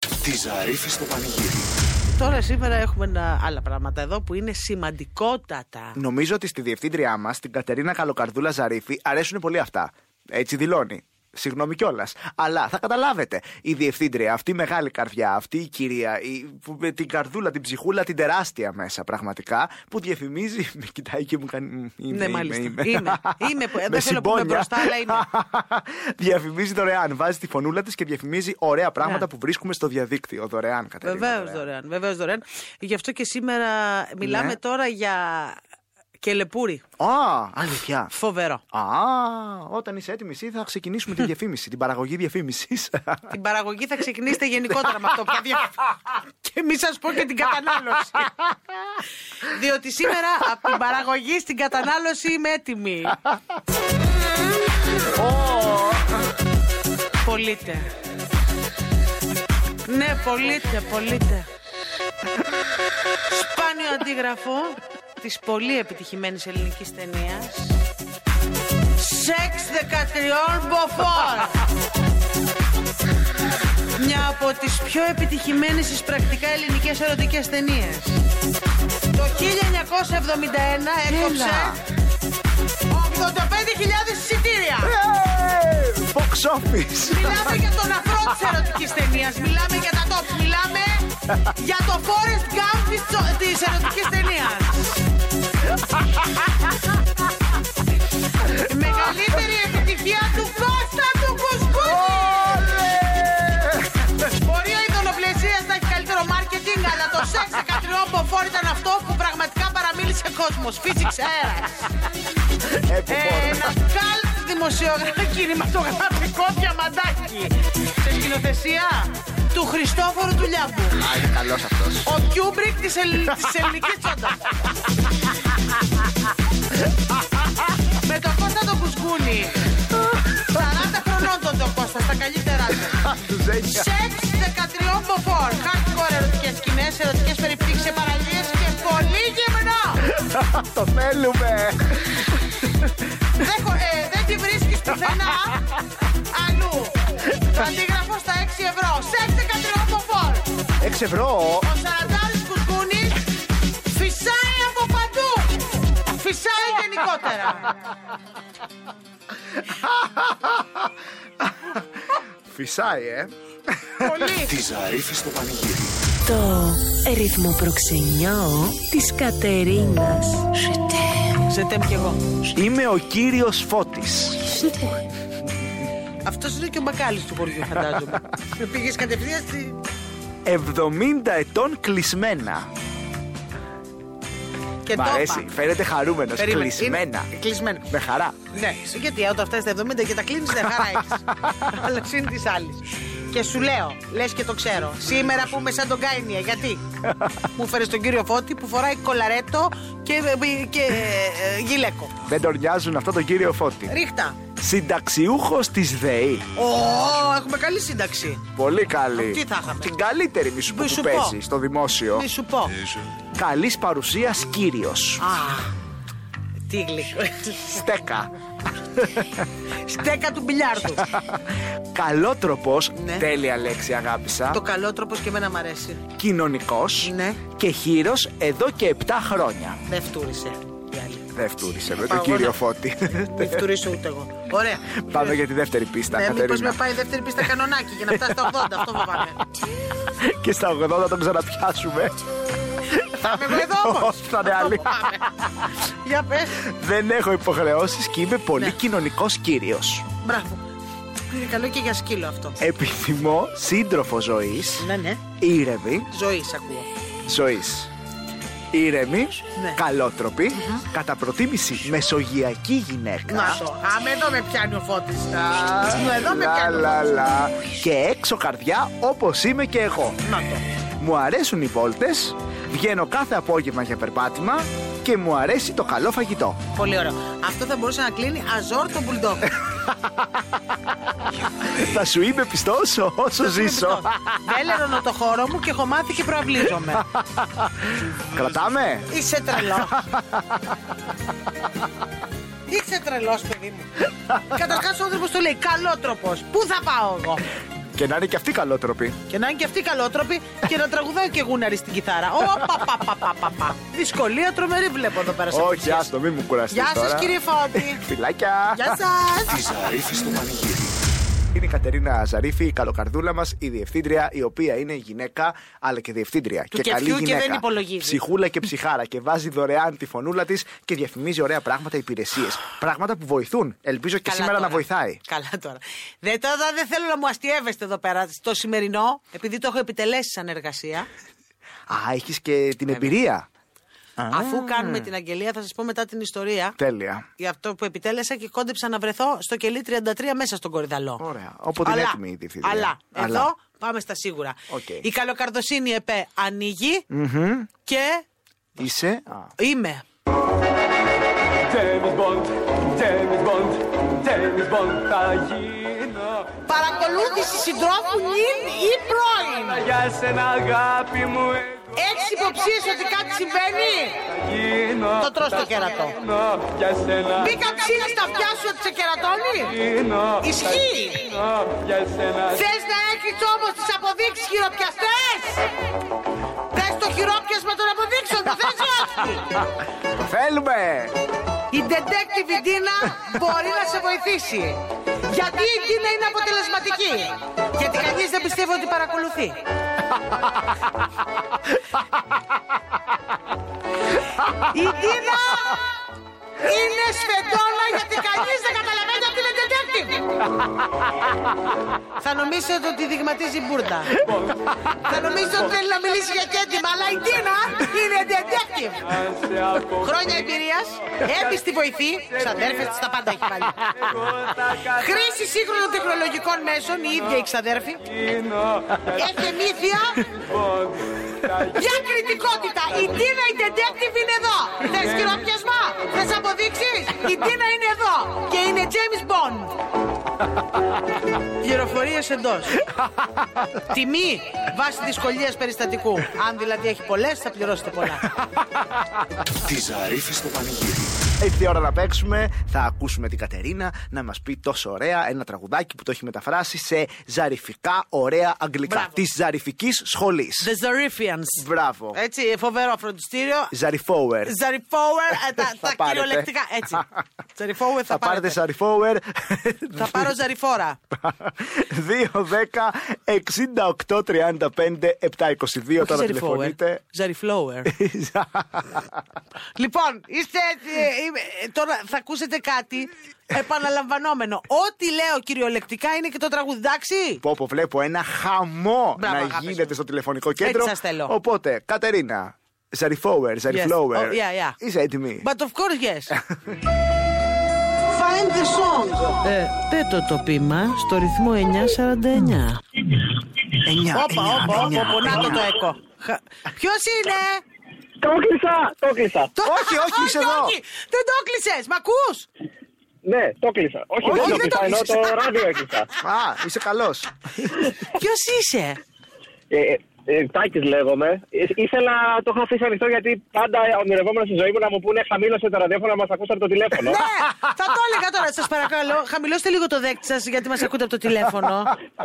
Τη Ζαρίφη στο πανηγύρι. Τώρα σήμερα έχουμε ένα- άλλα πράγματα εδώ που είναι σημαντικότατα. Νομίζω ότι στη διευθύντριά μας, την Κατερίνα Καλοκαρδούλα Ζαρίφη, αρέσουν πολύ αυτά. Έτσι δηλώνει. Συγγνώμη κιόλας. Αλλά θα καταλάβετε. Η διευθύντρια, αυτή η μεγάλη καρδιά, αυτή η κυρία, η, που, με την καρδούλα, την ψυχούλα, την τεράστια μέσα πραγματικά, που διαφημίζει. Με κοιτάει και μου κάνει. «Μ, Είμαι, Ναι, μάλιστα. Είμαι. Είμαι. Είμαι που- Με δεν θέλω να πούμε συμπόνια. μπροστά, αλλά είμαι. διαφημίζει δωρεάν. Βάζει τη φωνούλα της και διαφημίζει ωραία πράγματα Ναι. που βρίσκουμε στο διαδίκτυο δωρεάν, Κατερίνα. Βεβαίως δωρεάν. Βεβαίως δωρεάν. Γι' αυτό και σήμερα μιλάμε Ναι. τώρα για κελεπούρι. Α, αλήθεια. Φοβερό. Α, όταν είσαι έτοιμη, εσύ θα ξεκινήσουμε τη διαφήμιση, την παραγωγή διαφήμισης. Την παραγωγή θα ξεκινήσετε γενικότερα με αυτό. Ποια δια- και μη σας πω και την κατανάλωση. Διότι σήμερα από την παραγωγή στην κατανάλωση είμαι έτοιμη. Πολύτε. Ναι, πολύτε, πολύτε. Σπάνιο αντίγραφο της πολύ επιτυχημένης ελληνικής ταινίας. Σεξ 13 μποφόρ. Μια από τις πιο επιτυχημένες στις πρακτικά ελληνικές ερωτικές ταινίες. Το 1971 έκοψε 85.000 εισιτήρια. Box office. Μιλάμε για τον αφρό της ερωτικής ταινίας. Μιλάμε για τα top. Μιλάμε για το Forrest Gump της, τσο- της ερωτικής ταινίας. Η μεγαλύτερη επιτυχία του Κώστα του Κουσκούτη. Πορεία ειδονοπλαισία θα έχει καλύτερο μάρκετινγκ, αλλά το σεξ 13 μποφόρ ήταν αυτό που πραγματικά παραμίλησε κόσμος. Φύσηξε αέρα. Ένα καλτ δημοσιογραφικό κινηματογραφικό διαμαντάκι. Σε σκηνοθεσία του Χριστόφορου του Λιάμπου. Καλός αυτός. Ο Κιούμπρικ της, ελλ... της ελληνικής τσόντας. Με τον Κώστα τον Κουσκούνη. 40 χρονών τον τον Κώστα, στα καλύτερά του. Σεξ 13 μποφόρ. Hardcore ερωτικές σκηνές, ερωτικές περιπτύξεις σε παραλίες και πολύ γυμνό. Το θέλουμε. δεν, χω- ε, δεν τη βρίσκεις πουθενά αλλού. Το αντίγραφο στα 6 ευρώ. Σεξ 13 μποφόρ. 6 ευρώ. Ο Σαραντάρης Κουσκούνης φυσάει από παντού. Φυσάει γενικότερα. Φυσάει, ε. Πολύ. Τη Ζαρίφη στο πανηγύρι. Το ρυθμό προξενιό της Κατερίνας. Σε τέμ κι εγώ. Είμαι ο κύριος Φώτης Αυτός είναι και ο μπακάλης του χωριού φαντάζομαι. Πήγες κατευθείαν στη... 70 ετών κλεισμένα. και Μ' το αρέσει. είπα. Φαίνεται χαρούμενος. Περίμενε. Κλεισμένα. Είναι- Κλεισμένα. Με χαρά. Ναι, γιατί όταν φτάσει τα 70 και τα κλείνεις, δεν χαρά έχεις. Αλλά είναι της άλλης. Και σου λέω, λες και το ξέρω. Σήμερα που είμαι σαν τον Κάινια, γιατί μου φέρες τον κύριο Φώτη που φοράει κολαρέτο και, και ε, γυλαίκο. Δεν τον νοιάζουν αυτό τον κύριο Φώτη. Ρίχτα. Συνταξιούχος της ΔΕΗ. Ω, έχουμε καλή σύνταξη. Πολύ καλή. Τι θα είχαμε. Την καλύτερη μη σου πω Μη σου που πω. παίζει στο δημόσιο. Τι σου πω. Καλής παρουσίας κύριος. Α, τι γλυκό. Στέκα. Στέκα του μπιλιάρδου. Καλό τρόπο. Ναι. Τέλεια λέξη, αγάπησα. Το καλό τρόπο και εμένα μ' αρέσει. Κοινωνικός. Ναι. Και χείρος εδώ και 7 χρόνια. Δεν φτούρισε. η άλλη. Δεν φτούρισε με Πάω τον εγώ κύριο να- Φώτη. Δεν φτουρίσω ούτε εγώ. Ωραία. Πάμε για τη δεύτερη πίστα, Ναι, μήπως Κατερίνα. με πάει η δεύτερη πίστα κανονάκι για να φτάσει στα 80, αυτό φοβάμαι. Και στα 80 θα τον ξαναπιάσουμε. Θα με εδώ όμως. Όχι, θα είναι άλλη. Για πες. Δεν έχω υποχρεώσεις και είμαι Ναι. πολύ κοινωνικός κύριος. Μπράβο. Είναι καλό και για σκύλο αυτό. Επιθυμώ σύντροφο ζωής, Ναι, ναι. ήρεμη, Ζωής ακούω. ζωής. Ήρεμη, Ναι. καλότροπη, κατά προτίμηση μεσογειακή γυναίκα. Να το. Α, με εδώ με πιάνει ο φώτης. Εδώ με Λα, πιάνει. ο λα, Φώτης. λα. Και έξω καρδιά όπως είμαι και εγώ. Να το. Μου αρέσουν οι βόλτες, βγαίνω κάθε απόγευμα για περπάτημα και μου αρέσει το καλό φαγητό. Πολύ ωραίο. Αυτό θα μπορούσε να κλείνει αζόρ το μπουλντόκ. Θα σου είμαι πιστός όσο ζήσω. Έλερωνο το χώρο μου και έχω μάθει και προαυλίζομαι. Κρατάμε. Είσαι τρελός. Είσαι τρελός, παιδί μου. Καταρχάς ο άνθρωπος του λέει: Καλό τρόπο. Πού θα πάω εγώ. Και να είναι και αυτή καλότροπη. Και να είναι και αυτοί καλότροποι και να τραγουδάει και γούναρι στην κιθάρα. Ω, πα, πα, πα, πα, πα, πα. Δυσκολία τρομερή βλέπω εδώ πέρα σε Όχι, επιτυχίες. άστο, μην μου κουραστείς. Γεια σας, κύριε Φώτη. Φιλάκια. Γεια σας. Τη Ζαρίφη στο πανηγύρι. Είναι η Κατερίνα Ζαρίφη, η καλοκαρδούλα μας, η διευθύντρια, η οποία είναι γυναίκα, αλλά και διευθύντρια. Του κεφιού και δεν υπολογίζει. Ψυχούλα και ψυχάρα και βάζει δωρεάν τη φωνούλα της και διαφημίζει ωραία πράγματα, υπηρεσίες. πράγματα που βοηθούν. Ελπίζω και Καλά σήμερα τώρα. να βοηθάει. Καλά τώρα. Δεν, τώρα δεν θέλω να μου αστείευεστε εδώ πέρα. Στο σημερινό, επειδή το έχω επιτελέσει σαν εργασία, Α, έχεις και την εμπειρία. αφού κάνουμε την αγγελία, θα σας πω μετά την ιστορία. Τέλεια. Για αυτό που επιτέλεσα και κόντεψα να βρεθώ στο κελί 33 μέσα στον κορυδαλό. Ωραία. Όποτε είναι Αλλά- έτοιμη η διευθυντρία. Αλλά, Αλλά. εδώ πάμε στα σίγουρα. Οκ. Η καλοκαρδοσύνη ΕΠΕ ανοίγει και Είσαι. Α, είμαι. James Bond, James Bond, James Bond λοιπόν θα γίνω Παρακολούθηση συντρόφου νυν ή πρώην. Για σένα αγάπη μου εγώ Έχει υποψίες ότι κάτι συμβαίνει. θα γίνω Το τρως το κερατό. Γίνω, Για σένα Μπήκα ξύλι στα αυτιά σου ότι σε κερατώνει. γίνω Ισχύει. γίνω, Για σένα Θες να έχεις όμως τις αποδείξεις χειροπιαστές. Θες το χειρόπιασμα των αποδείξεων, το θες ή όχι. το θέλουμε! Η detective η Ντίνα μπορεί να σε βοηθήσει. Γιατί η Ντίνα είναι αποτελεσματική. Γιατί κανείς δεν πιστεύει ότι παρακολουθεί. Η Ντίνα είναι σφεντόνα γιατί κανείς δεν καταλαβαίνει ότι είναι detective. Θα νομίζετε ότι δειγματίζει μπουρδα. Θα νομίζετε ότι θέλει να μιλήσει για κέντημα, αλλά η Ντίνα είναι detective. σε από Χρόνια εμπειρίας, έμπιστη βοηθή, ξαδέρφε της τα πάντα έχει πάλι. Χρήση σύγχρονων τεχνολογικών μέσων, η ίδια η ξαδέρφη. γίνω Εκεμήθεια, Bond θα διακριτικότητα. Η Τίνα η detective είναι εδώ. Θες χειροπιασμά, θες αποδείξεις. Η Τίνα είναι εδώ και είναι James Bond. Πληροφορίε εντός. Τιμή βάσει δυσκολία περιστατικού. Αν δηλαδή έχει πολλές, θα πληρώσετε πολλά. Τη Ζαρίφη στο πανηγύρι. Ήρθε η ώρα να παίξουμε. Θα ακούσουμε την Κατερίνα να μας πει τόσο ωραία ένα τραγουδάκι που το έχει μεταφράσει σε ζαριφικά ωραία αγγλικά. Μπράβο. Της ζαριφικής σχολής. The Zarifians. Μπράβο. Έτσι, φοβερό φροντιστήριο. Ζαριφόουερ. Ζαριφόουερ, ε, τα, Θα τα πάρετε. κυριολεκτικά. Έτσι. Ζαριφόουερ θα, Θα πάρετε πάρετε. ζαριφόουερ. Θα πάρω ζαριφόρα. 2, 10, 68, 35, 722. Τώρα τηλεφωνείτε. Ζαριφλόουερ. λοιπόν, είστε. ε, είμαι- ε, τώρα θα ακούσετε κάτι επαναλαμβανόμενο. Ό,τι λέω κυριολεκτικά είναι και το τραγούδι, εντάξει. Πω, πω, βλέπω ένα χαμό Μπράβο, να αγάπες μου. γίνεται στο τηλεφωνικό Έτσι κέντρο. σας θέλω. Οπότε, Κατερίνα, Ζαριφόουερ, Oh, Ζαριφλόουερ. yeah, yeah. Είσαι έτοιμη. But of course, yes. Find the song. Ε, πέτω το πείμα στο ρυθμό 949. Εννιά, Όπα, εννιά, όπα, όπα, εννιά, όπα, να το το έκο. Ποιος είναι! Το κλείσα, το κλείσα. Το- Όχι, όχι, είσαι εδώ. όχι, Δεν το κλείσες, μ' ακούς! Ναι, το κλείσα. Όχι, Όχι, δεν το δεν το κλείσα, ενώ κλείσες. το ράδιο έκλεισα. Α, είσαι καλός. Ποιος είσαι! Ε, ε, ε, Τάκης λέγομαι. Ε, Ήθελα, το είχα αφήσει ανοιχτό γιατί πάντα ονειρευόμουν στη ζωή μου να μου πούνε χαμήλωσε το ραδιόφωνο να μας ακούσετε από το τηλέφωνο. Ναι, θα το έλεγα τώρα, σας παρακαλώ. Χαμηλώστε λίγο το δέκτη σας, γιατί μας ακούτε από το τηλέφωνο.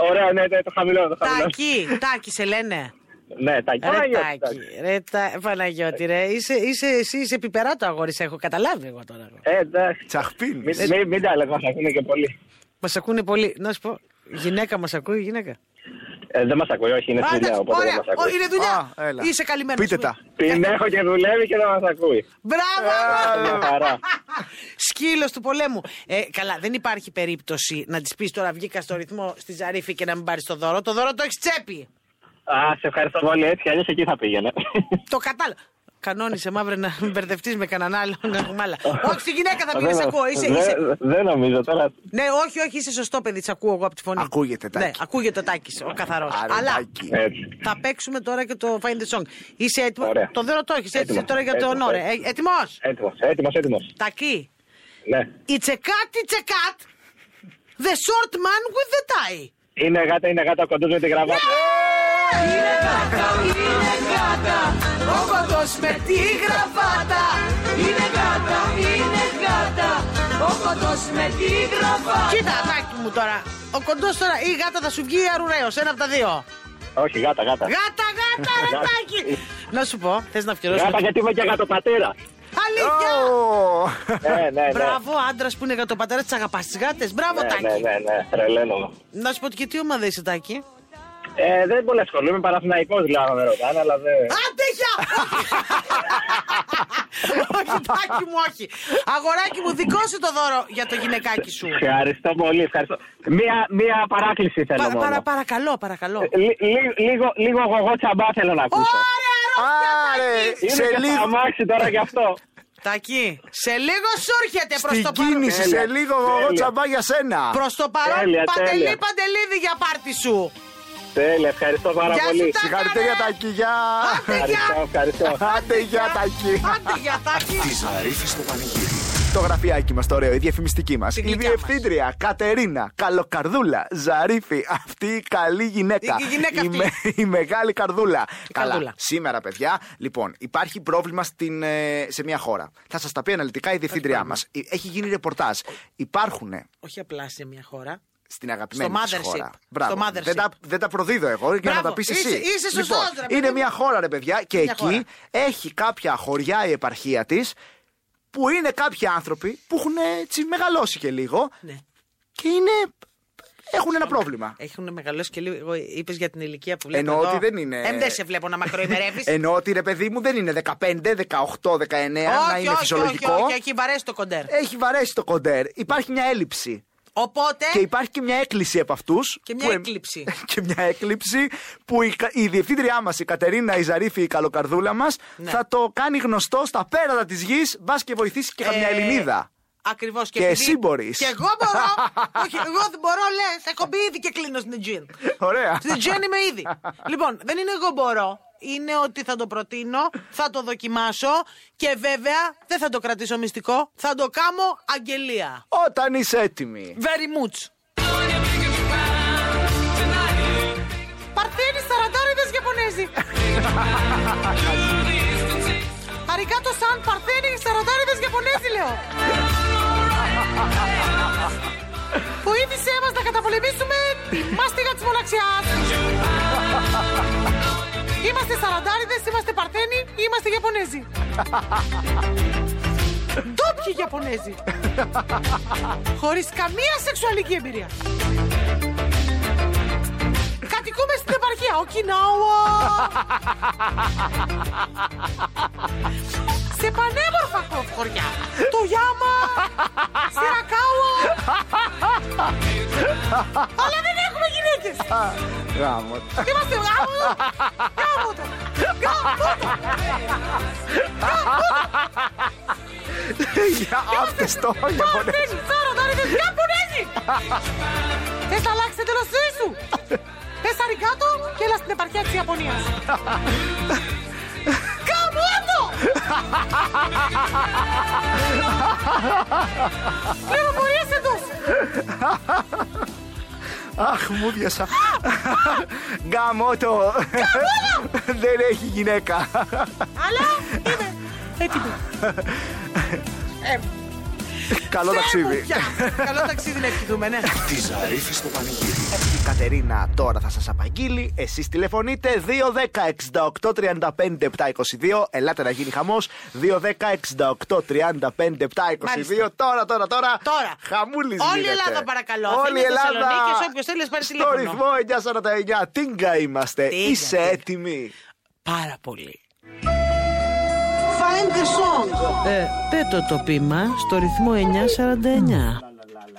Ωραία, ναι, ναι, το χαμηλώνω, το χαμηλώνω. Τάκι, τάκι, σε λένε. Ναι, Τάκη. Ρε Παναγιώτη, τάκι, Τάκη. ρε Τα- Παναγιώτη, ρε. Είσαι, είσαι, εσύ είσαι πιπερά το αγόρι, σε έχω καταλάβει εγώ τώρα. Ε, εντάξει. Τσαχπίνη. Μην, μην, μην τα λέγω, θα ακούνε και πολύ. Μας ακούνε πολύ. Να σου πω, γυναίκα μας ακούει, γυναίκα. Ε, δεν μας ακούει, όχι, είναι Α, στη δουλειά, εντάξει, οπότε δεν ωραία. μας ακούει. Ω, Είναι δουλειά. Α, έλα. Είσαι καλυμμένος. Πείτε τα. Την έχω και δουλεύει και δεν μας ακούει. Μπράβο! Μια χαρά. Σκύλος του πολέμου. Ε, καλά, δεν υπάρχει περίπτωση να της πεις τώρα βγήκα στο ρυθμό στη Ζαρίφη και να μην πάρεις το δώρο. Το δώρο το έχεις τσέπη. Α, σε ευχαριστώ πολύ, έτσι, αλλιώς εκεί θα πήγαινε. Το κατάλαβα. Κανόνισε μαύρε να μην μπερδευτείς με κανέναν άλλο. Να έχουμε άλλα. όχι, στη γυναίκα θα πήγε, Δεν- ακούω. Είσαι, δεν- είσαι... Δεν νομίζω τώρα. Ναι, όχι, όχι, είσαι σωστό παιδί, της ακούω εγώ από τη φωνή. Ακούγεται, Τάκη. Ναι, ακούγεται ο Τάκης, ο καθαρός. Άρε, Αλλά Τάκη. Έτσι. θα παίξουμε τώρα και το Find the Song. Είσαι έτοιμο. Ωραία. Το δώρο το έχεις, έτσι Έτοιμος, τώρα για τον έτοιμος, όρε. Ε, Έτοιμος. Έτοιμος, έτοιμος, έτοιμος. Τακί. Ναι. It's a cat, it's a cat. The short man with the tie. Είναι γάτα, είναι γάτα, ο κοντός με την γραβάτα. Είναι γάτα, είναι γάτα, ο κοντός με τη γραβάτα. Είναι γάτα, είναι γάτα, ο κοντός με τη γραβάτα. Κοίτα, Τάκη μου τώρα, ο κοντός τώρα ή η γάτα θα σου βγει ή αρουραίος. Ένα από τα δύο. Όχι, γάτα, γάτα. Ναι! Γάτα, γάτα, ρε Γάτα. Τάκη. Να σου πω, θες να Γάτα, αφιερώσουμε. γιατί είμαι και γατοπατέρα. Αλήθεια! Ε, Ω! ναι, ναι, ναι. Μπράβο, άντρας που είναι γατοπατέρα, τις αγαπάς τις γάτες. Μπράβο, Ναι, ναι, Τάκη. ναι, ναι, τρελαίνομαι. Να σου πω και τι ομάδα είσαι, Τάκη. Ε, δεν πολύ ασχολούμαι, παραθυναϊκός δηλαδή με ρωτάνε, αλλά δεν... Άντε για! όχι, Τάκη μου, όχι. Αγοράκι μου, δικό σου το δώρο για το γυναικάκι σου. Ευχαριστώ πολύ, ευχαριστώ. Μία, μία παράκληση θέλω Πα- μόνο. παρα- παρακαλώ, παρακαλώ. Λι- λι- λίγο, λίγο γογό τσαμπά θέλω να ακούσω. Ωραία, Άρε, Είναι σε και λίγο. θα αμάξει τώρα γι' αυτό. Τάκη, σε λίγο σου έρχεται προς το Στην παρόν. κίνηση, Τέλεια, σε λίγο εγώ τέλεια. τσαμπά για σένα. Προς το παρόν, Τέλεια, παντελή, τέλεια. παντελίδη για πάρτι σου. Τέλεια, ευχαριστώ πάρα Γεια σου, πολύ. Τάκη. Συγχαρητήρια Άντε, ρε. τα κυγιά. Άντε Ευχαριστώ, για. ευχαριστώ. Άντε για τα κυγιά. Άντε για, Τάκη. Της Ζαρίφης στο πανηγύρι. Το γραφιάκι μας, το ωραίο, η διαφημιστική μας. Την Η γλυκιά μας. διευθύντρια Κατερίνα Καλοκαρδούλα Ζαρίφη. Αυτή η καλή γυναίκα. Η- η γυναίκα αυτή. με- η μεγάλη καρδούλα. καρδούλα. Καλά. Σήμερα, παιδιά, λοιπόν, υπάρχει πρόβλημα στην, ε, σε μια χώρα. Θα σας τα πει αναλυτικά η διευθύντριά μα. Έχει γίνει ρεπορτάζ. Υπάρχουν Όχι απλά σε μια χώρα. στην αγαπημένη Στο της mothership. χώρα. Στο mothership. Δεν, τα, δεν τα προδίδω εγώ για να Μπράβο. τα πεις Είσαι- εσύ. είσαι σωστός, λοιπόν, ρε παιδί είναι μου. μια χώρα, ρε παιδιά, και Μια εκεί χώρα. έχει κάποια χωριά η επαρχία της που είναι κάποιοι άνθρωποι που έχουν έτσι μεγαλώσει και λίγο Ναι. Ε, και είναι. έχουν ένα πρόβλημα. Έχουν μεγαλώσει και λίγο. Εγώ είπες για την ηλικία που βλέπω. Εννοώ εδώ. ότι δεν είναι- Ε, Εμ, δεν σε βλέπω να μακροημερεύεις. Ενώ ότι ρε παιδί μου δεν είναι 15, 18, 19, να όχι, ναι, όχι, είναι όχι, φυσιολογικό. όχι, έχει βαρέσει το κοντέρ. Έχει βαρέσει το κοντέρ. Υπάρχει μια έλλειψη. Οπότε. Και υπάρχει και μια έκκληση από αυτούς. Και μια έκλειψη. και μια έκλειψη που η, κα- η διευθύντριά μας, η Κατερίνα Ιζαρίφη, η καλοκαρδούλα μας, Ναι. θα το κάνει γνωστό στα πέρατα της γης, μπας και βοηθήσεις και καμιά Ε, Ελληνίδα. Ακριβώς και, Και επειδή- εσύ μπορείς. Και εγώ μπορώ. όχι, εγώ δεν μπορώ, λες. Έχω μπει ήδη και κλείνω στην Aegean. Ωραία. Στην Aegean είμαι ήδη. λοιπόν, δεν είναι εγώ μπορώ. Είναι ότι θα το προτείνω, θα το δοκιμάσω και βέβαια δεν θα το κρατήσω μυστικό. Θα το κάνω αγγελία. Όταν είσαι έτοιμη. Very much. Παρτίνι σαραντάριδες Ιαπωνέζοι. Αρικάτο σαν παρθένι σαραντάριδες Ιαπωνέζοι λέω. Βοήθησέ μας να καταπολεμήσουμε τη μάστιγα της μοναξιάς. Είμαστε σαραντάριδες, είμαστε παρθένοι, είμαστε Ιαπωνέζοι. Ντόπιοι Ιαπωνέζοι χωρίς καμία σεξουαλική εμπειρία. Κατοικούμε στην επαρχία Οκινάουα. Σε πανέμορφα χω- χωριά. Το Γιάμα. Σιρακάουα. Αλλά δεν έχουμε γυναίκες. Γάμος. Είμαστε γάμος. Γάμος το. Για άφτεστο, για πονέ. Παρθένοι, Σαραντάριδες, Ιαπωνέζοι. Θες να αλλάξεις εντελώς τη ζωή σου. Πες αριγκάτο και έλα στην επαρχία της Ιαπωνίας. Καμότο! Πληροφορίες εντός. Αχ, μου διασα. Γάμο το. Δεν έχει γυναίκα. Αλλά είμαι έτοιμη. Καλό ταξίδι. Καλό ταξίδι να ευχηθούμε, ναι. Τη Ζαρίφη στο πανηγύρι. Η Κατερίνα τώρα θα σας απαγγείλει. Εσείς τηλεφωνείτε 210-68-35-722. Ελάτε να γίνει χαμός. 210-68-35-722. Μάλιστα. Τώρα, τώρα, τώρα. Τώρα. Χαμούλης Όλη η γίνεται. Ελλάδα, παρακαλώ. Όλη η Θέλει Ελλάδα. Θεσσαλονίκη, όποιος θέλει, πάρει Στο τηλέφωνο. ρυθμό 949. Τίγκα είμαστε. Τίγκα, Είσαι τίγκα. έτοιμη. Πάρα πολύ. Ε, πέτω το πείμα στο ρυθμό 949.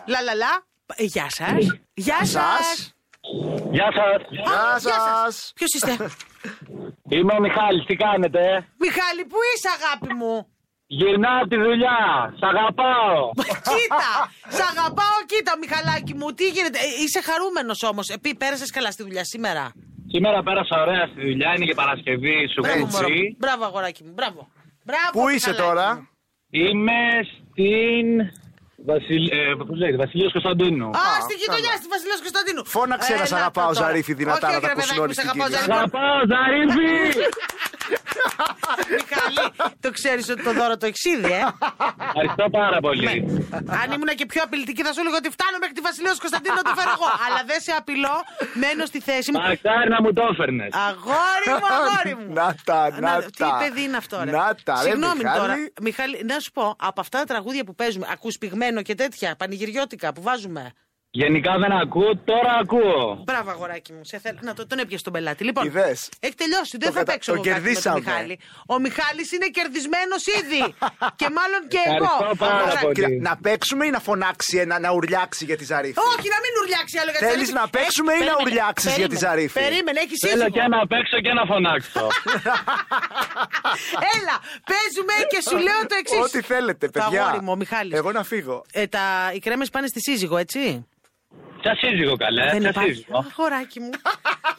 Λαλαλα. Γεια σας. Γεια σας. Σας. Γεια σας. Γεια σας. Ποιος είστε. Είμαι ο Μιχάλης, τι κάνετε, ε? Μιχάλη, πού είσαι αγάπη μου. Γυρνάω από τη δουλειά, σ' αγαπάω. κοίτα, σ' αγαπάω, κοίτα Μιχαλάκη μου, τι γίνεται. Ε, είσαι χαρούμενος όμως, επί πέρασες καλά στη δουλειά σήμερα. Σήμερα πέρασα ωραία στη δουλειά, είναι και Παρασκευή σου Μπράβο, μωρό μου. κουτσί. Μπράβο αγοράκι μου, μπράβο. μπράβο Πού είσαι Μιχαλάκη τώρα. μου. Είμαι στην... Βασιλ... Ε, πώς λέγεται, Βασιλείος Κωνσταντίνου. Α, Α, στη γειτονιά, καλά. στη Βασιλέως Κωνσταντίνου. Φώναξε να σ' Έλα αγαπάω, τώρα. Ζαρίφη, δυνατά Όχι, να τα ρε, ακούσουν παιδάκι μου, όλοι σ' στην αγαπάω, Κύπρο. Ζαρίφη. Αγαπάω, Ζαρίφη! Μιχαλή, το ξέρεις ότι το δώρο το έχεις ήδη, ε. Ευχαριστώ πάρα πολύ. Αν ήμουν και πιο απειλητική, θα σου έλεγα ότι φτάνω μέχρι τη Βασιλεία Κωνσταντίνου να το φέρω εγώ. Αλλά δεν σε απειλώ, μένω στη θέση μου. Μακάρι να μου το έφερνες. Αγόρι μου, αγόρι μου. Να τα, να Τι τα. παιδί είναι αυτό, ρε. Να τα, ρε, Συγγνώμη Μιχάλη. τώρα. Μιχάλη, να σου πω, από αυτά τα τραγούδια που παίζουμε, ακούς πυγμένο και τέτοια, πανηγυριώτικα που βάζουμε. Γενικά δεν ακούω, τώρα ακούω. Μπράβο, αγοράκι μου. Σε θέλω να το, τον έπιασε τον πελάτη. Λοιπόν, Είδες. έχει τελειώσει. Δεν Το θα κατα- παίξω το εγώ κάτι με τον κερδίσαμε. Μιχάλη. Ο Μιχάλης είναι κερδισμένος ήδη. και μάλλον και εγώ. Ευχαριστώ πάρα Αγοράκι. πολύ. Κοίτα, να παίξουμε ή να φωνάξει, ένα, να ουρλιάξει για τη Ζαρίφη. Όχι, να μην ουρλιάξει άλλο για τη Θέλεις Ζαρίφη. να παίξουμε ή να περίμενε, ουρλιάξεις για τη περίμενε, Ζαρίφη? Περίμενε, έχεις Θέλω ήσυχο. και να παίξω και να φωνάξω. Έλα, παίζουμε και σου λέω το εξή. Ό,τι θέλετε, Το αγόρι παιδιά. μου, ο Μιχάλης. Εγώ να φύγω. Ε, τα... Οι κρέμες πάνε στη σύζυγο, έτσι. Σα σύζυγο καλέ, Ε, σα σύζυγο. Αγοράκι μου.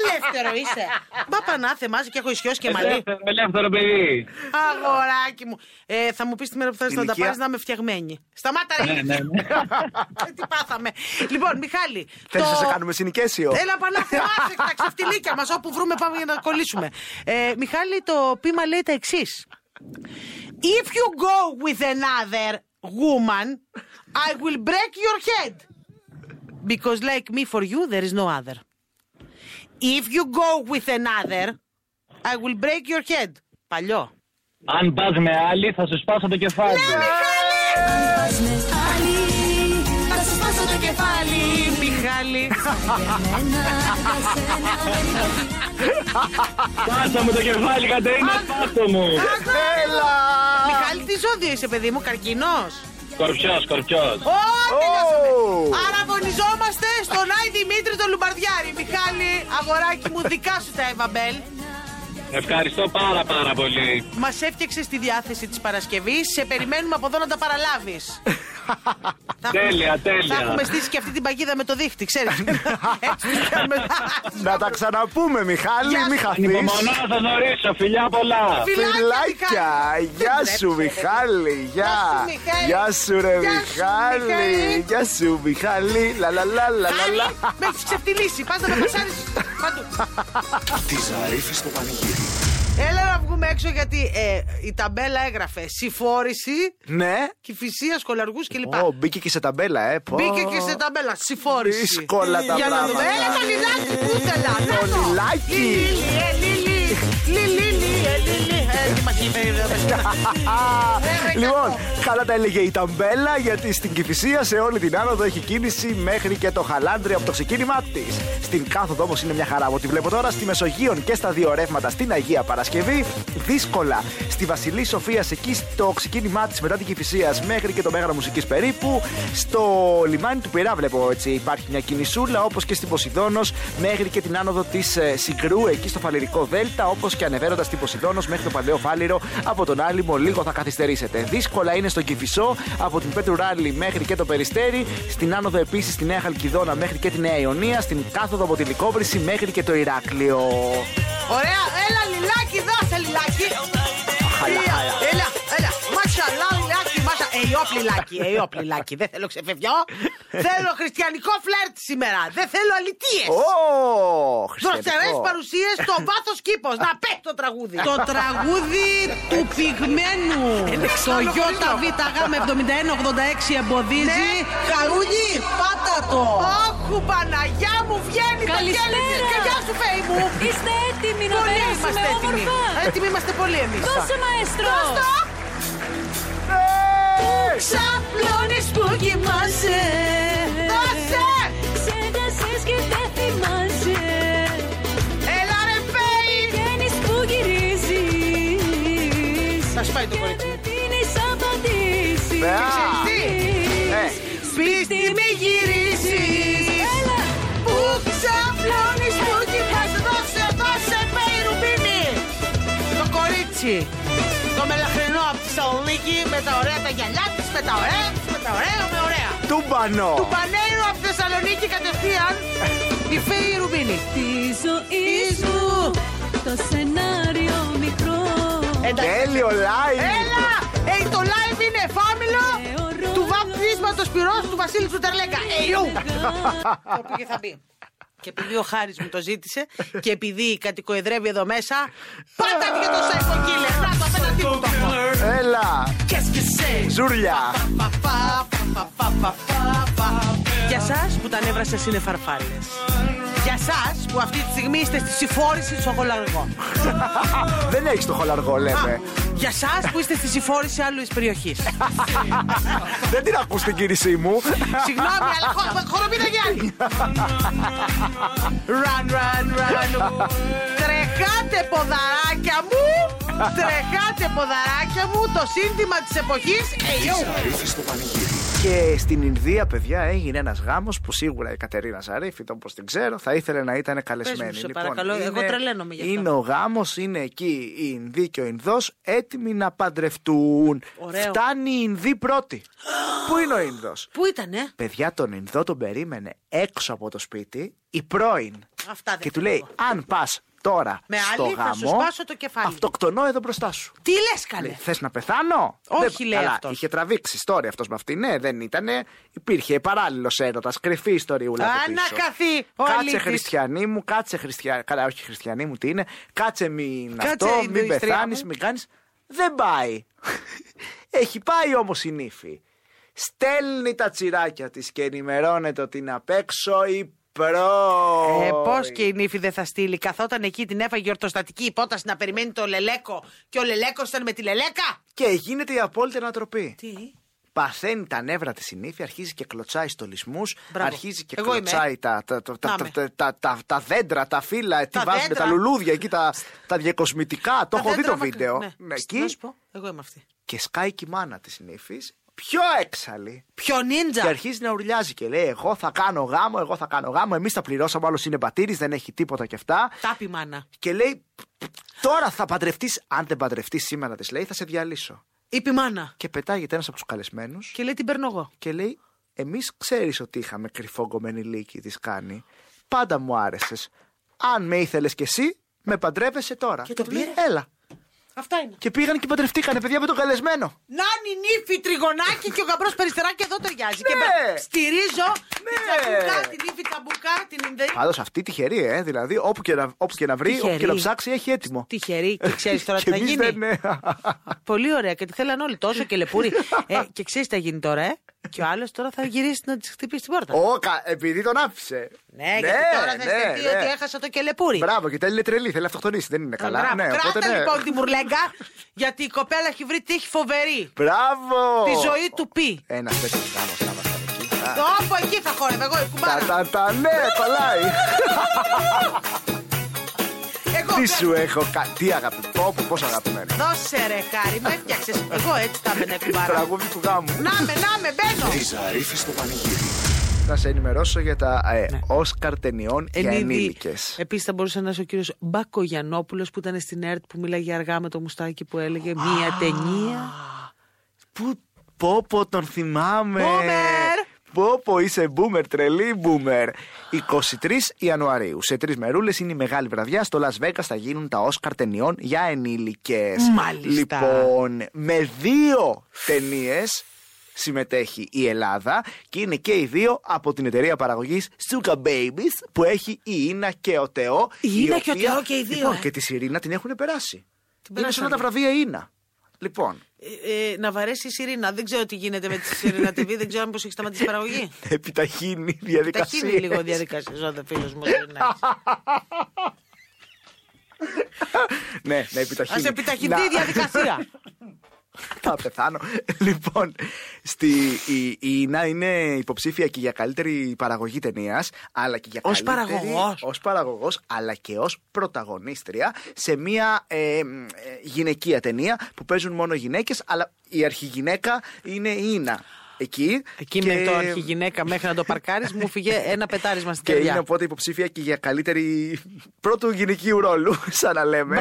Ελεύθερο είσαι. Μπα πανάθεμά και έχω ισιό και μαλλί. Ελεύθερο, ελεύθερο παιδί. Αγοράκι μου. Ε, θα μου πεις τη μέρα που θα έρθει να τα Ηλικία. πάρεις να είμαι φτιαγμένη. Σταμάτα, ρε. Ναι, ναι, ναι. Τι πάθαμε. Λοιπόν, Μιχάλη. Θέλεις να το- σε κάνουμε συνοικέσιο. Έλα πανάθεμά τα ξεφτυλίκια μας. Όπου βρούμε πάμε για να κολλήσουμε. Ε, Μιχάλη, το πείμα λέει τα εξής. If you go with another woman, I will break your head. Because like me for you, there is no other. If you go with another, I will break your head. Παλιό. Αν πας με άλλη, θα σου σπάσω το κεφάλι. με πάλι, θα σου σπάσω το κεφάλι. Ε, Μιχάλη. Ένα για σένα, ένα Σπάσω μου το κεφάλι, Κατερίνα, σπάσω μου. Έλα! Μιχάλη, τι ζώδιο είσαι, παιδί μου, καρκινό. Σκορπιό, σκορπιό. Ω, τελειώσαμε. Ω. Αραβωνιζόμαστε στον Άι Δημήτρη τον Λουμπαρδιάρη. Μιχάλη, αγοράκι μου, δικά σου τα Εύα Μπέλ. Ευχαριστώ πάρα πάρα πολύ. Μας έφτιαξες τη διάθεση της Παρασκευής. Σε περιμένουμε από εδώ να τα παραλάβεις. Τέλεια, τέλεια. Θα έχουμε στήσει και αυτή την παγίδα με το δίχτυ, ξέρεις. Ναι. Έτσι τη κάνουμε. Να τα ξαναπούμε, Μιχάλη, Γεια μη σου. χαθείς. Ανυπομονώ να σας γνωρίσω. Φιλιά πολλά. Φιλάκια! Μιχάλη. Γεια Δεν σου, βλέπεις, ρε, Μιχάλη! Γεια! σου, Μιχάλη. Γιά σου, Γεια ρε σου, Μιχάλη. Μιχάλη! Γεια σου, Μιχάλη! Λα λα λα λα λα Χάρη, λα. με έχεις ξεφτυλίσει. Πας να με πεσάρεις παντού. Τη Ζαρίφη στο πανηγύρι. Έλα να βγούμε έξω γιατί ε, η ταμπέλα έγραφε συμφόρηση, Ναι! κυφυσία, κολαργού κλπ. Ω, μπήκε και σε ταμπέλα, ε! πω. Μπήκε και σε ταμπέλα, συμφόρηση. Δύσκολα τα Για να δούμε. πράγματα. Έλα το λιλάκι που ήθελα. Να Το λιλάκι. Λιλί, ε, λιλί. Λιλί, ε, λιλί. Ε, τι μας είπε, ε, δεν μας είπε. Ε, ρε, Λοιπόν, κακό. καλά τα έλεγε η ταμπέλα γιατί στην Κυφυσία σε όλη την άνοδο έχει κίνηση μέχρι και το χαλάντρι από το ξεκίνημά της. Στην κάθοδο όμως είναι μια χαρά. Από Ό,τι βλέπω τώρα στη Μεσογείων και στα δύο ρεύματα στην Αγία Παρασκευή δύσκολα. Στη Βασιλή Σοφίας εκεί στο ξεκίνημά της μετά την Κυφυσία μέχρι και το Μέγαρο Μουσικής περίπου. Στο λιμάνι του Πειρά βλέπω έτσι υπάρχει μια κινησούλα όπως και στην Ποσειδόνο μέχρι και την άνοδο της Συγκρού εκεί στο Φαλυρικό Δέλτα όπως και ανεβαίνοντας την Ποσειδόνο μέχρι το Παλαιό Φάληρο από τον Άλυμο λίγο θα καθυστερήσετε. Δύσκολα είναι στον Κυφισό από την Πέτρου Ράλι μέχρι και το Περιστέρι, στην άνοδο επίσης στη Νέα Χαλκιδόνα μέχρι και τη Νέα Ιωνία, στην κάθοδο από τη Λικόβρηση μέχρι και το Ηράκλειο. Ωραία, έλα λιλάκι, δώσε λιλάκι. Έλα, έλα. Μασαλά, λιλάκι, μασα. Αιόπ λιλάκι, αιόπ λιλάκι. Δεν θέλω ξεφευγιό. Θέλω χριστιανικό φλερτ σήμερα. Δεν θέλω αλητίες. Ω! Δροσερέ χριστιανικό. παρουσίες στο βάθος κήπος. Να πε το τραγούδι. Το τραγούδι του πυγμένου. Το Ναι. ΙΒΓ7186 εμποδίζει. Χαρούνι, πάτα το. Όχου Παναγιά μου βγαίνει το Καλησπέρα. χέρι της. Και γεια σου, Φέη μου. Είστε έτοιμοι να Πολύ περάσουμε είμαστε έτοιμοι. όμορφα. Έτοιμοι Ε, είμαστε πολύ εμείς. Δώσε μαέστρο. Ξαπλώνεις που κοιμάσαι. Δώσε. Ξέχασες και δεν θυμάσαι. Έλα ρε Φέη. Βγαίνεις που γυρίζεις. Θα σπάει το κορίτσι. Δεν δίνεις απαντήσεις. Ναι. Και ξέρεις τι? Ε. Σπίτι μη γυρίσεις. Έλα. Που ξαπλώνεις που κοιτάς Δώσε, δώσε με η Ρουμπίνη Το κορίτσι Το μελαχρινό από τη Θεσσαλονίκη Με τα ωραία τα γυαλιά της Με τα ωραία της, με τα ωραία με ωραία Ε, Τούμπανο! Του Πανέιρου από τη Θεσσαλονίκη κατευθείαν Η Φέη Ρουμπίνη Τη ζωή σου το σενάριο μικρό. Εντάξει. Τέλειο live! Έλα! Ε, το live είναι φάμιλο Θεωρώ Ε, του βαπτίσματος πυρός του Βασίλη του Τερλέκα. Ε, ιού! Το πήγε θα πει. Και επειδή ο Χάρης μου το ζήτησε και επειδή κατοικοεδρεύει εδώ μέσα, πάτα και το σέφο κύλε. Να το απέναντί μου το έχω. Έλα, Qu'est-ce que c'est? ζούρια. Πα, πα, πα, πα, πα, πα, πα. Για σας που τα νεύρα σας είναι φαρφάλες. Για σας που αυτή τη στιγμή είστε στη συμφόρηση σοκολαργών. Δεν έχεις το χολαργό, λέμε. Για σας που είστε στη συμφόρηση άλλου περιοχής. Δεν την ακούς την κίνησή μου. Συγγνώμη, αλλά χω- χοροπήδα Γιάννη. Run, run, run. Τρεχάτε ποδαράκια μου. Τρεχάτε ποδαράκια μου. Το σύνθημα της εποχής. Ε, Hey, yo. Ζαρίφη στο πανηγύρι. Και στην Ινδία, παιδιά, έγινε ένας γάμος που σίγουρα η Κατερίνα Ζαρίφη, όπω την ξέρω, θα ήθελε να ήταν καλεσμένη. Λοιπόν, σε παρακαλώ, εγώ τρελαίνομαι γι' αυτό. Είναι ο γάμος, είναι εκεί η Ινδοί και ο Ινδός έτοιμοι να παντρευτούν. Ωραίο. Φτάνει η Ινδή πρώτη. Πού είναι ο Ινδός. Πού ήτανε. Παιδιά, τον Ινδό τον περίμενε έξω από το σπίτι η πρώην. Αυτά δεν και του θέλω λέει: εγώ. Αν πας τώρα Με στο άλλη θα γάμο, σου σπάσω το κεφάλι». αυτοκτονώ εδώ μπροστά σου. Τι λες καλέ. Θε Ναι, να πεθάνω. ναι. Όχι, λέει Καλά, αυτός. Είχε τραβήξει story αυτός με αυτή. Ναι, δεν ήταν. Υπήρχε παράλληλος έρωτας. Κρυφή ιστοριούλα. από πίσω. Ανακαθεί ο Κάτσε αλήτης. χριστιανή μου, κάτσε χριστιανή. Καλά, όχι χριστιανή μου, τι είναι. Κάτσε μην Κάτσε, αυτό, μην Ινδοϊστρία πεθάνεις, μου. μην κάνεις. Δεν πάει. Έχει πάει όμως η νύφη. Στέλνει τα τσιράκια της και ενημερώνεται ότι είναι απ' έξω η προ. Ε, Πώς Ε, και η νύφη δεν θα στείλει. Καθόταν εκεί την έφαγε ορτοστατική υπόταση να περιμένει το λελέκο. Και ο λελέκος ήταν με τη λελέκα. Και γίνεται η απόλυτη ανατροπή. Τι. Παθαίνει τα νεύρα της η νύφη, αρχίζει και κλωτσάει στολισμούς, Μπράβο. αρχίζει και Εγώ είμαι. κλωτσάει τα, τα, τα, τα, Να είμαι. τα, τα, τα- τα δέντρα, τα φύλλα, τι Τα βάζουμε, δέντρα. τα λουλούδια εκεί, τα, τα διακοσμητικά. Τα Το έχω δει δέντρα το μακρι- βίντεο. Ναι. Ναι, Να εκεί σου πω, εγώ είμαι αυτή. και σκάει και η μάνα της νύφης, πιο έξαλλη. Ποιο νίντζα. Και αρχίζει να ουρλιάζει και λέει: Εγώ θα κάνω γάμο, εγώ θα κάνω γάμο. Εμείς τα πληρώσαμε, άλλος είναι πατήρη, δεν έχει τίποτα και αυτά. Τάπη μάνα. Και λέει: Τώρα θα παντρευτείς. Αν δεν παντρευτείς σήμερα, της λέει, θα σε διαλύσω. Είπε η μάνα. Και πετάγεται ένας από τους καλεσμένους Και λέει την παίρνω εγώ. και λέει: Εμείς ξέρεις ότι είχαμε κρυφό κομμένη λύκη, της κάνει. Πάντα μου άρεσες. Αν με ήθελες κι εσύ, με παντρεύεσαι τώρα. Και το του λέει, πήρε. Έλα. Αυτά είναι. Και πήγαν και παντρευτήκανε, παιδιά, με τον καλεσμένο. Να είναι η νύφη τριγωνάκι και ο γαμπρός περιστεράκι εδώ ταιριάζει. Και μπα- στηρίζω την ταμπουκά, την νύφη ταμπουκά, την Ινδέη. Πάντως αυτή τυχερή, ε. Δηλαδή, όπου και να, όπου και να βρει, όπου και να Τυχερή. ψάξει, έχει έτοιμο. Τυχερή και ξέρεις τώρα τι Ε, θα Και εμείς γίνει. δεν ε, είναι. Πολύ ωραία και τη θέλαν όλοι τόσο και λεπούρι. ε, και ξέρεις τι θα γίνει τώρα, ε. Και ο άλλος τώρα θα γυρίσει να της χτυπήσει την πόρτα. Ω, κα- επειδή τον άφησε. ναι. Ναι, γιατί τώρα θα αισθανθεί ότι έχασα το κελεπούρι. Μπράβο, γιατί είναι τρελή, θέλει να αυτοκτονήσει, δεν είναι καλά. Μπράβο. Ναι, Κράτα οπότε ναι. λοιπόν τη μουρλέγκα, γιατί η κοπέλα έχει βρει τύχη φοβερή. Μπράβο! Τη ζωή του πει. Ένα τέτοιο γάμο θα μας κάνει εκεί. Α, Όπου εκεί θα χόρευε, εγώ η Τα, κουμπάρα. τα, τα, ναι, κολλάει. Εγώ Τι πέρα- σου έχω κάνει, τι αγαπητό, όπου πώς αγαπημένο. Δώσε ρε χάρη, με έφτιαξες. Εγώ έτσι τα με κουμπάρα. Τραγούδι του γάμου. Να με, να με, μπαίνω. Τη Ζαρίφη στο πανηγύρι. Να σε ενημερώσω για τα ε, Όσκαρ ταινιών για ενήλικες. Επίσης, θα μπορούσε να είσαι ο κύριος Μπακογιανόπουλο που ήταν στην ΕΡΤ που μίλαγε αργά με το μουστάκι που έλεγε Μία ταινία. Πού, πόπο τον θυμάμαι. Boomer! Πόπο είσαι boomer, τρελή boomer. 23 Ιανουαρίου, σε τρεις μερούλες είναι η μεγάλη βραδιά. Στο Las Vegas θα γίνουν τα Όσκαρ ταινιών για ενήλικες. Μάλιστα. Λοιπόν, με δύο ταινίες συμμετέχει η Ελλάδα και είναι και οι δύο από την εταιρεία παραγωγής Sugar Babies που έχει η Ίνα και ο Τεό. Η η Ίνα και ο οποία- Τεό και οι δύο, Λοιπόν, ε. και τη Σιρήνα την έχουν περάσει. είναι σαν περάσανε. να τα βραβεία Ίνα. Λοιπόν, Ε, ε, να βαρέσει η Σιρήνα. Δεν ξέρω τι γίνεται με τη Σιρήνα TV, δεν ξέρω πώ έχει σταματήσει η παραγωγή. επιταχύνει η Τα διαδικασία. χύνει λίγο διαδικασία, ζώντα φίλος μου. ο Σιρήνας. ναι, να επιταχύνει. Ας επιταχυνθεί Να- η διαδικασία. Θα πεθάνω. Λοιπόν, στη, η, η Ίνα είναι υποψήφια και για καλύτερη παραγωγή ταινίας, αλλά και για Ως καλύτερη. παραγωγός. Ως παραγωγός, αλλά και ως πρωταγωνίστρια σε μια ε, ε, γυναικεία ταινία που παίζουν μόνο γυναίκες, αλλά η αρχηγυναίκα είναι η Ίνα. Εκεί. Εκεί και- με το αρχηγυναίκα μέχρι να το παρκάρεις μου φύγε ένα πετάρισμα στην Και είναι καρδιά. οπότε υποψήφια και για καλύτερη πρώτου γυναικείου ρόλου, σαν να λέμε.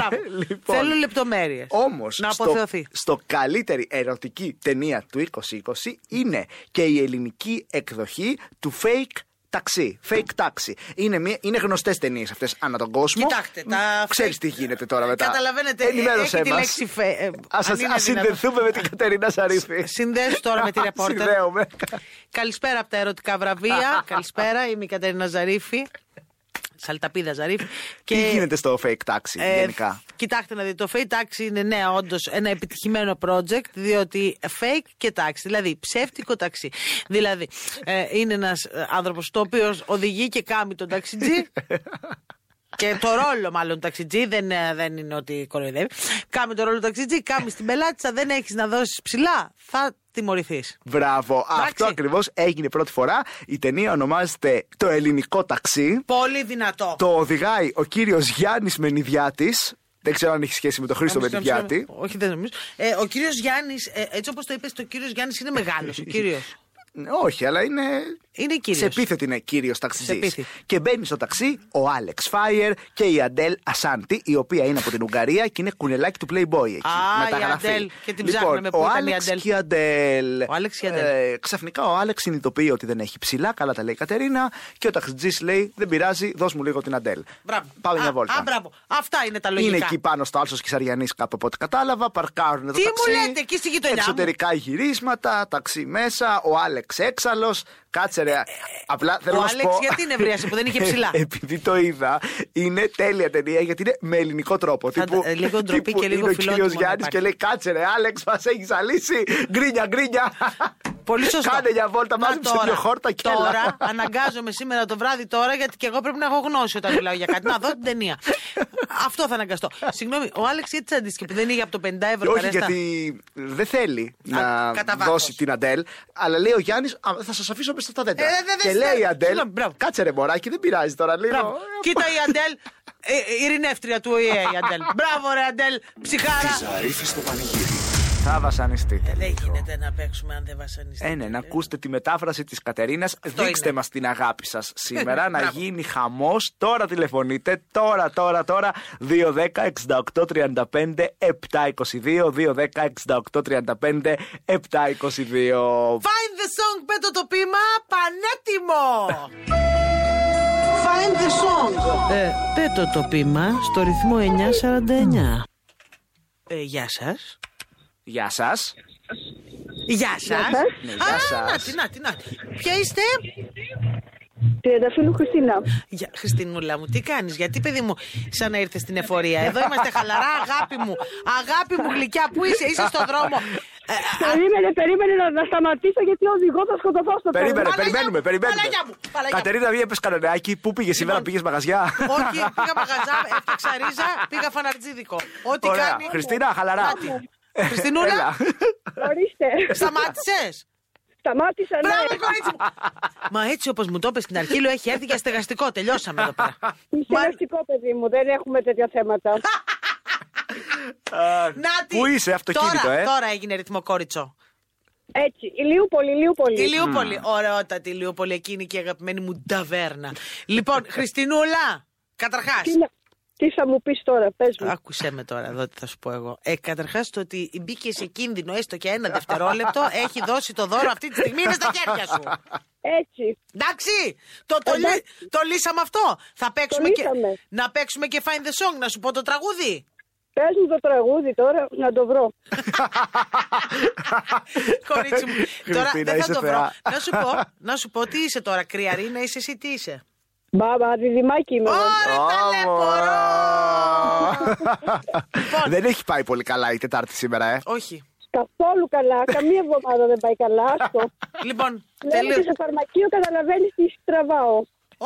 Λοιπόν. Μπράβο. Θέλω λεπτομέρειες. Όμως, Να στο, αποθεωθεί. στο καλύτερη ερωτική ταινία του 2020 είναι και η ελληνική εκδοχή του fake Taxi, fake taxi. Είναι, μια, είναι γνωστές ταινίες αυτές ανά τον κόσμο. Κοιτάξτε, τα Ξέρεις fake- τι γίνεται τώρα μετά. Καταλαβαίνετε, ε, Ενημέρωσέ έχει τη μας. λέξη φε- ε, Ας, αν ας, είναι ας δυνατόν. συνδεθούμε με την Κατερίνα Σαρίφη. Συνδέσου τώρα με τη ρεπόρτερ. Συνδέομαι. Καλησπέρα από τα ερωτικά βραβεία. Καλησπέρα, είμαι η Κατερίνα Ζαρίφη. σαλταπίδα Ζαρίφ. Τι γίνεται στο fake taxi Ε, γενικά. Κοιτάξτε να δείτε, το fake tax είναι ναι, όντως ένα επιτυχημένο project, διότι fake και taxi, δηλαδή ψεύτικο ταξί. Δηλαδή, ε, είναι ένας άνθρωπος το οποίος οδηγεί και κάμει τον ταξιτζή. Και το ρόλο, μάλλον, του ταξιτζή δεν, ε, δεν είναι ότι κοροϊδεύει. Κάμε το ρόλο του ταξιτζή, κάμε την πελάτησα, δεν έχεις να δώσεις ψηλά, θα τιμωρηθείς. Μπράβο. Αυτό ακριβώς έγινε πρώτη φορά. Η ταινία ονομάζεται Το Ελληνικό Ταξί. Πολύ δυνατό. Το οδηγάει ο κύριος Γιάννης Μενιδιάτης. Δεν ξέρω αν έχει σχέση με τον Χρήστο Νομίζω, Μενιδιάτη. νομίζω, Όχι, δεν νομίζω. Ε, ο κύριος Γιάννης, έτσι όπως το είπες, το κύριος Γιάννης είναι μεγάλος. Ο κύριος. Ναι, Όχι, αλλά είναι. Είναι κύριος. Σε επίθετη είναι κύριο Σε επίθετη. ταξιτζή. Και μπαίνει στο ταξί ο Άλεξ Φάιερ και η Αντέλ Ασάντη, η οποία είναι από την Ουγγαρία και είναι κουνελάκι του Playboy εκεί. Α, η μεταγραφή. Αντέλ. Και την λοιπόν, ψάχναμε. Πού ο ήταν η Άλεξ Αντέλ? και η Αντέλ. Ο Άλεξ και η Αντέλ. Ε, ξαφνικά ο Άλεξ συνειδητοποιεί ότι δεν έχει ψηλά, καλά τα λέει η Κατερίνα, και ο ταξιτζής λέει: Δεν πειράζει, δώσ' μου λίγο την Αντέλ. Μπράβο. Πάμε Α, μια βόλτα. Α, μπράβο. Αυτά είναι τα λογικά. Είναι εκεί πάνω στο Άλσος Κυσαριανή, κάπου από ό,τι κατάλαβα. Παρκάρουν το Τι ταξί. μου λέτε, εκεί στη γειτονιά μου. Εξωτερικά γυρίσματα, ταξί μέσα, ο Άλεξ έξαλλο. Κάτσε ρε. Απλά θέλω Ε, ο να σου Άλεξ πω- γιατί νευρίασε που δεν είχε ψηλά? Ε, Επειδή το είδα, είναι τέλεια ταινία γιατί είναι με ελληνικό τρόπο. Θα- ε, λίγο ντροπή τύπου και λίγο είναι ο φιλότιμο κύριος να Γιάννης υπάρχει. και λέει: Κάτσε ρε, Άλεξ, μας έχεις αλύσει. Γκρίνια, γκρίνια. Πολύ σωστό. Κάνε για βόλτα, Να, μάζεψε τώρα, δύο χόρτα και έλα. Τώρα αναγκάζομαι σήμερα το βράδυ τώρα γιατί και εγώ πρέπει να έχω γνώση όταν μιλάω για κάτι. Να δω την ταινία. Αυτό θα αναγκαστώ. Συγγνώμη, ο Άλεξ γιατί τσαντίστηκε που δεν είχε από το 50 ευρώ Όχι, καρέστα. γιατί δεν θέλει να κατά βάθος. δώσει την Αντέλ. Αλλά λέει ο Γιάννης, θα σας αφήσω μέσα στα δέντρα. Ε, δεν- δεν- και δεν- λέει η δεν- Αντέλ, συγγνώμη, μπράβο. κάτσε ρε μωράκι, δεν πειράζει τώρα λίγο. Μπράβο. Ε, Κοίτα η Αντέλ, ε, ε, ειρηνεύτρια του ΟΗΕ η Αντέλ. Μπράβο ρε Αντέλ, ψυχάρα. Ζαρίφη στο πανηγύρι. Θα βασανιστεί. Δεν Ε, γίνεται να παίξουμε αν δεν βασανιστεί. Ε, ναι, να ακούσετε τη μετάφραση της Κατερίνας. Δείξτε είναι. μας την αγάπη σας σήμερα, να Μπράβο. γίνει χαμός. Τώρα τηλεφωνείτε. Τώρα, τώρα, τώρα. 210 68 35 722. 210 68 35 722. Find the song, πέτω το πείμα, πανέτοιμο! Find the song! Ε, πέτω το πείμα στο ρυθμό 949. Ε, γεια σας. Γεια σας. Γεια σας. Ναι, γεια Α, σας. να τι, να τι, να τι. Ποια είστε? Τριανταφύλου Χριστίνα. Για, Χριστινούλα μου, τι κάνεις, γιατί παιδί μου, σαν να ήρθες στην εφορία. Εδώ είμαστε χαλαρά, αγάπη μου. Αγάπη μου γλυκιά, πού είσαι, είσαι στον δρόμο. Ε, περίμενε, περίμενε να, να σταματήσω γιατί οδηγώ θα σκοτωθώ στο Περίμενε, τέλος. Παναγιά περιμένουμε, μου, περιμένουμε. Παναγιά μου, Παναγιά μου. Λοιπόν. Κατερίνα, βγήκε κανονάκι. Πού πήγες σήμερα, πήγες μαγαζιά. Όχι, πήγα μαγαζά, έφτιαξα ρίζα, πήγα φαναρτζίδικο. Ό,τι Ωραία. κάνει. Χριστίνα, χαλαρά. Ε, Κάτι. Χριστινούλα. Έλα. Ορίστε. Σταμάτησες. Σταμάτησα, ναι. Μπράβο, κορίτσι μου. Μα έτσι όπως μου το είπες στην αρχή, λέω έχει έρθει για στεγαστικό. Τελειώσαμε εδώ πέρα. Είσαι ελαστικό παιδί μου, δεν έχουμε τέτοια θέματα. Να τη. Πού είσαι, αυτοκίνητο, τώρα, ε? Τώρα έγινε ρυθμό κόριτσο. Έτσι, ηλίου πολύ, ηλίου πολύ. Η Λιούπολη. Ωραιότατη η Λιούπολη, εκείνη και η αγαπημένη μου ταβέρνα. Λοιπόν, Χριστινούλα, καταρχάς. Τι, να- τι θα μου πεις τώρα, πες μου. Άκουσέ με τώρα εδώ τι θα σου πω εγώ. Ε, Καταρχάς το ότι μπήκε σε κίνδυνο έστω και ένα δευτερόλεπτο έχει δώσει το δώρο αυτή τη στιγμή είναι στα χέρια σου. Έτσι. Εντάξει, το, το, Εντάξει. λύ- το λύσαμε αυτό. Θα παίξουμε και, λύσαμε. να παίξουμε και Find the Song, να σου πω το τραγούδι. Πες μου το τραγούδι τώρα να το βρω. Κορίτσι μου, τώρα Χριστίνα, δεν είσαι θα το βρω. θεά. Να σου, πω, να σου πω τι είσαι τώρα, κρυαρίνα, είσαι εσύ τι είσαι. Μπαμπα, διδυμάκι είμαι εγώ. Ωραία, ταλαιπωρώ! Λοιπόν. Δεν έχει πάει πολύ καλά η Τετάρτη σήμερα, ε. Όχι. Καθόλου καλά, καμία εβδομάδα δεν πάει καλά. Άστο. Λοιπόν, Λέμε και τελείω. σε φαρμακείο καταλαβαίνεις τι τραβάω.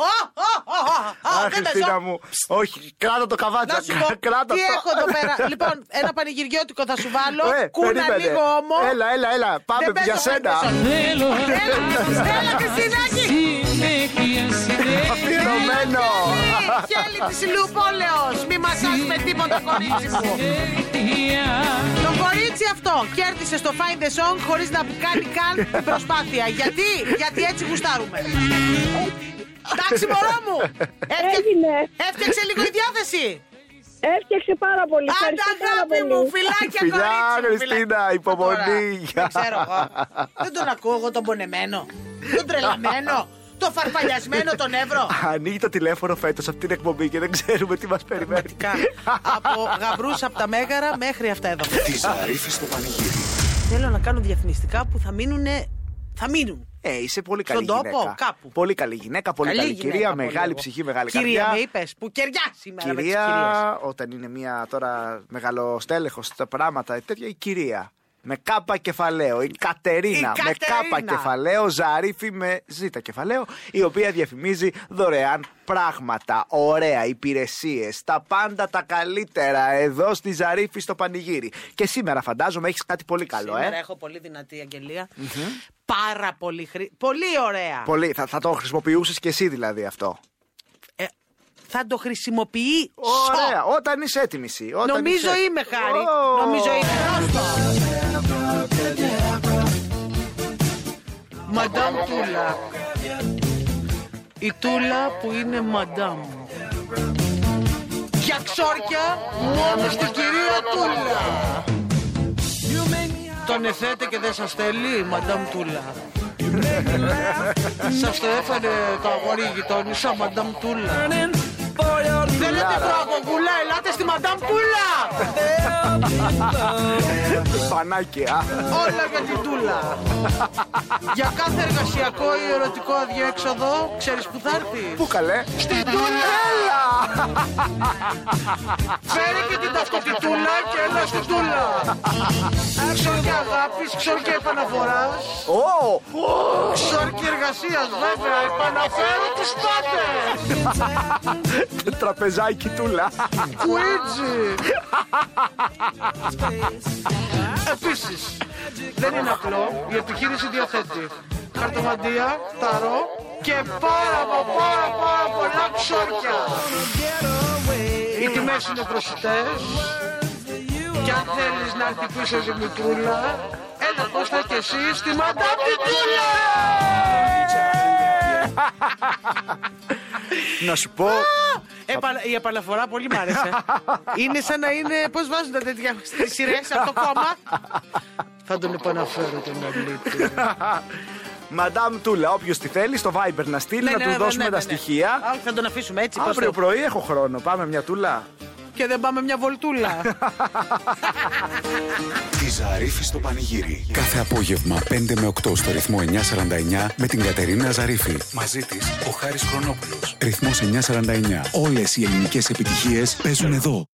Ω, ω, ω, ω, ω, Α, δεν τα Χριστίνα ζω. μου. Όχι, κράτα το Να καβάτσα. σου πω, Κράτα τι το. έχω εδώ πέρα. Λοιπόν, ένα πανηγυριώτικο θα σου Ε, βάλω. Κούνα περίμενε. λίγο όμω. Έλα, έλα, έλα. Πάμε Δεν παίζω για σένα. Find the Song. Έλα, έλα, Χριστίνακη. Ε, Αφιερωμένο. Χέλη της Λιουπόλεως Μη μασάς με τίποτα κορίτσι μου Το κορίτσι αυτό κέρδισε στο Find the Song Χωρίς να κάνει καν την προσπάθεια Γιατί, γιατί έτσι γουστάρουμε Εντάξει μωρό μου Έφτια- Έγινε. Έφτιαξε λίγο η διάθεση Έφτιαξε πάρα πολύ. Άντα Ευχαριστώ πάρα αγάπη πολύ. μου Φιλάκια Φιλιά, κορίτσι μου, Χριστίνα, φιλάκια. υπομονή. Τώρα, Δεν ξέρω εγώ Δεν τον ακούω εγώ τον πονεμένο Τον τρελαμένο Τον φαρφαλιασμένο τον Εύρο Ανοίγει το τηλέφωνο φέτος αυτή την εκπομπή και δεν ξέρουμε τι μας περιμένει. Πραγματικά. από γαμπρούς από τα Μέγαρα μέχρι αυτά εδώ. Τη Ζαρίφη στο πανηγύρι. Θέλω να κάνω διαφημιστικά που θα μείνουν Θα μείνουν. Ε, είσαι πολύ καλή Στον τόπο, γυναίκα. κάπου. Πολύ καλή γυναίκα, πολύ καλή, κυρία, γυναίκα, μεγάλη πολύ. ψυχή, μεγάλη κυρία, καρδιά. με είπες που κεριά σήμερα με τις κυρίες. Κυρία, όταν είναι μια τώρα μεγάλο στέλεχο στα πράγματα, ε, τέτοια η κυρία. Με κάπα κεφαλαίο, η Κατερίνα. Η με Κατερίνα. κάπα κεφαλαίο, Ζαρίφη με ζήτα κεφαλαίο, η οποία διαφημίζει δωρεάν πράγματα, ωραία, υπηρεσίες, τα πάντα τα καλύτερα εδώ στη Ζαρίφη στο πανηγύρι. Και σήμερα φαντάζομαι έχεις κάτι πολύ καλό, Σήμερα ε. έχω πολύ δυνατή αγγελία. Πάρα πολύ χρή... Πολύ ωραία. Πολύ. Θα, θα το χρησιμοποιούσες και εσύ δηλαδή αυτό. Ε, θα το χρησιμοποιεί. Ωραία. Όταν είσαι έτοιμη. εσύ, Όταν Νομίζω είσαι... είμαι χάρη. Ω. Νομίζω είμαι. Ρώστο. Μαντάμ Τούλα. Η Τούλα που είναι μαντάμ. Για ξόρκια μόνος στην κυρία Τούλα. Τον εθέτε και δεν σας θέλει, μαντάμ Τούλα. σας το έφερε το αγόρι η γειτόνισσα, μαντάμ Τούλα. Θέλετε φραγκοκούλα, ελάτε στη Μαντάμ Κούλα! Πανάκια. Όλα για την Τούλα! για κάθε εργασιακό ή ερωτικό αδιέξοδο, ξέρεις που θα έρθεις. Πού καλέ. Στην Τούλα! Φέρε και την ταυτοτιτούλα και έλα στην Τούλα! Ξόρκια αγάπης, ξόρκια επαναφοράς, Ω! ξόρκια εργασίας βέβαια, επαναφέρω τους πάτες! Τραπεζάκι τούλα. Κουίτζι! Επίσης, δεν είναι απλό. Η επιχείρηση διαθέτει χαρτομαντία, ταρό και πάρα μα πάρα πάρα πολλά ξόρκια. Οι τιμές είναι προσιτές. Και αν θέλεις να έρθει πίσω η Μητρούλα, έλα Κώστα και εσύ στη Μαντάμ Μητρούλα! Να σου πω. Επανα- Η επαναφορά πολύ μ' άρεσε. είναι σαν να είναι. Πώς βάζουν τα τέτοια στις σειρές από το κόμμα. Θα τον επαναφέρω τον Αλίτη. Μαντάμ Τούλα, όποιος τη θέλει, στο Viber να Ναι, στείλει, να του δώσουμε τα στοιχεία. Α, θα τον αφήσουμε έτσι. πώς Αύριο το- πρωί έχω χρόνο. Πάμε μια τούλα. Και δεν πάμε μια βολτούλα. Τη Ζαρίφη στο πανηγύρι. Κάθε απόγευμα 5 με 8 στο ρυθμό 949 με την Κατερίνα Ζαρίφη. Μαζί της ο Χάρης Χρονόπουλος. Ρυθμός 949. Όλες οι ελληνικές επιτυχίες παίζουν εδώ.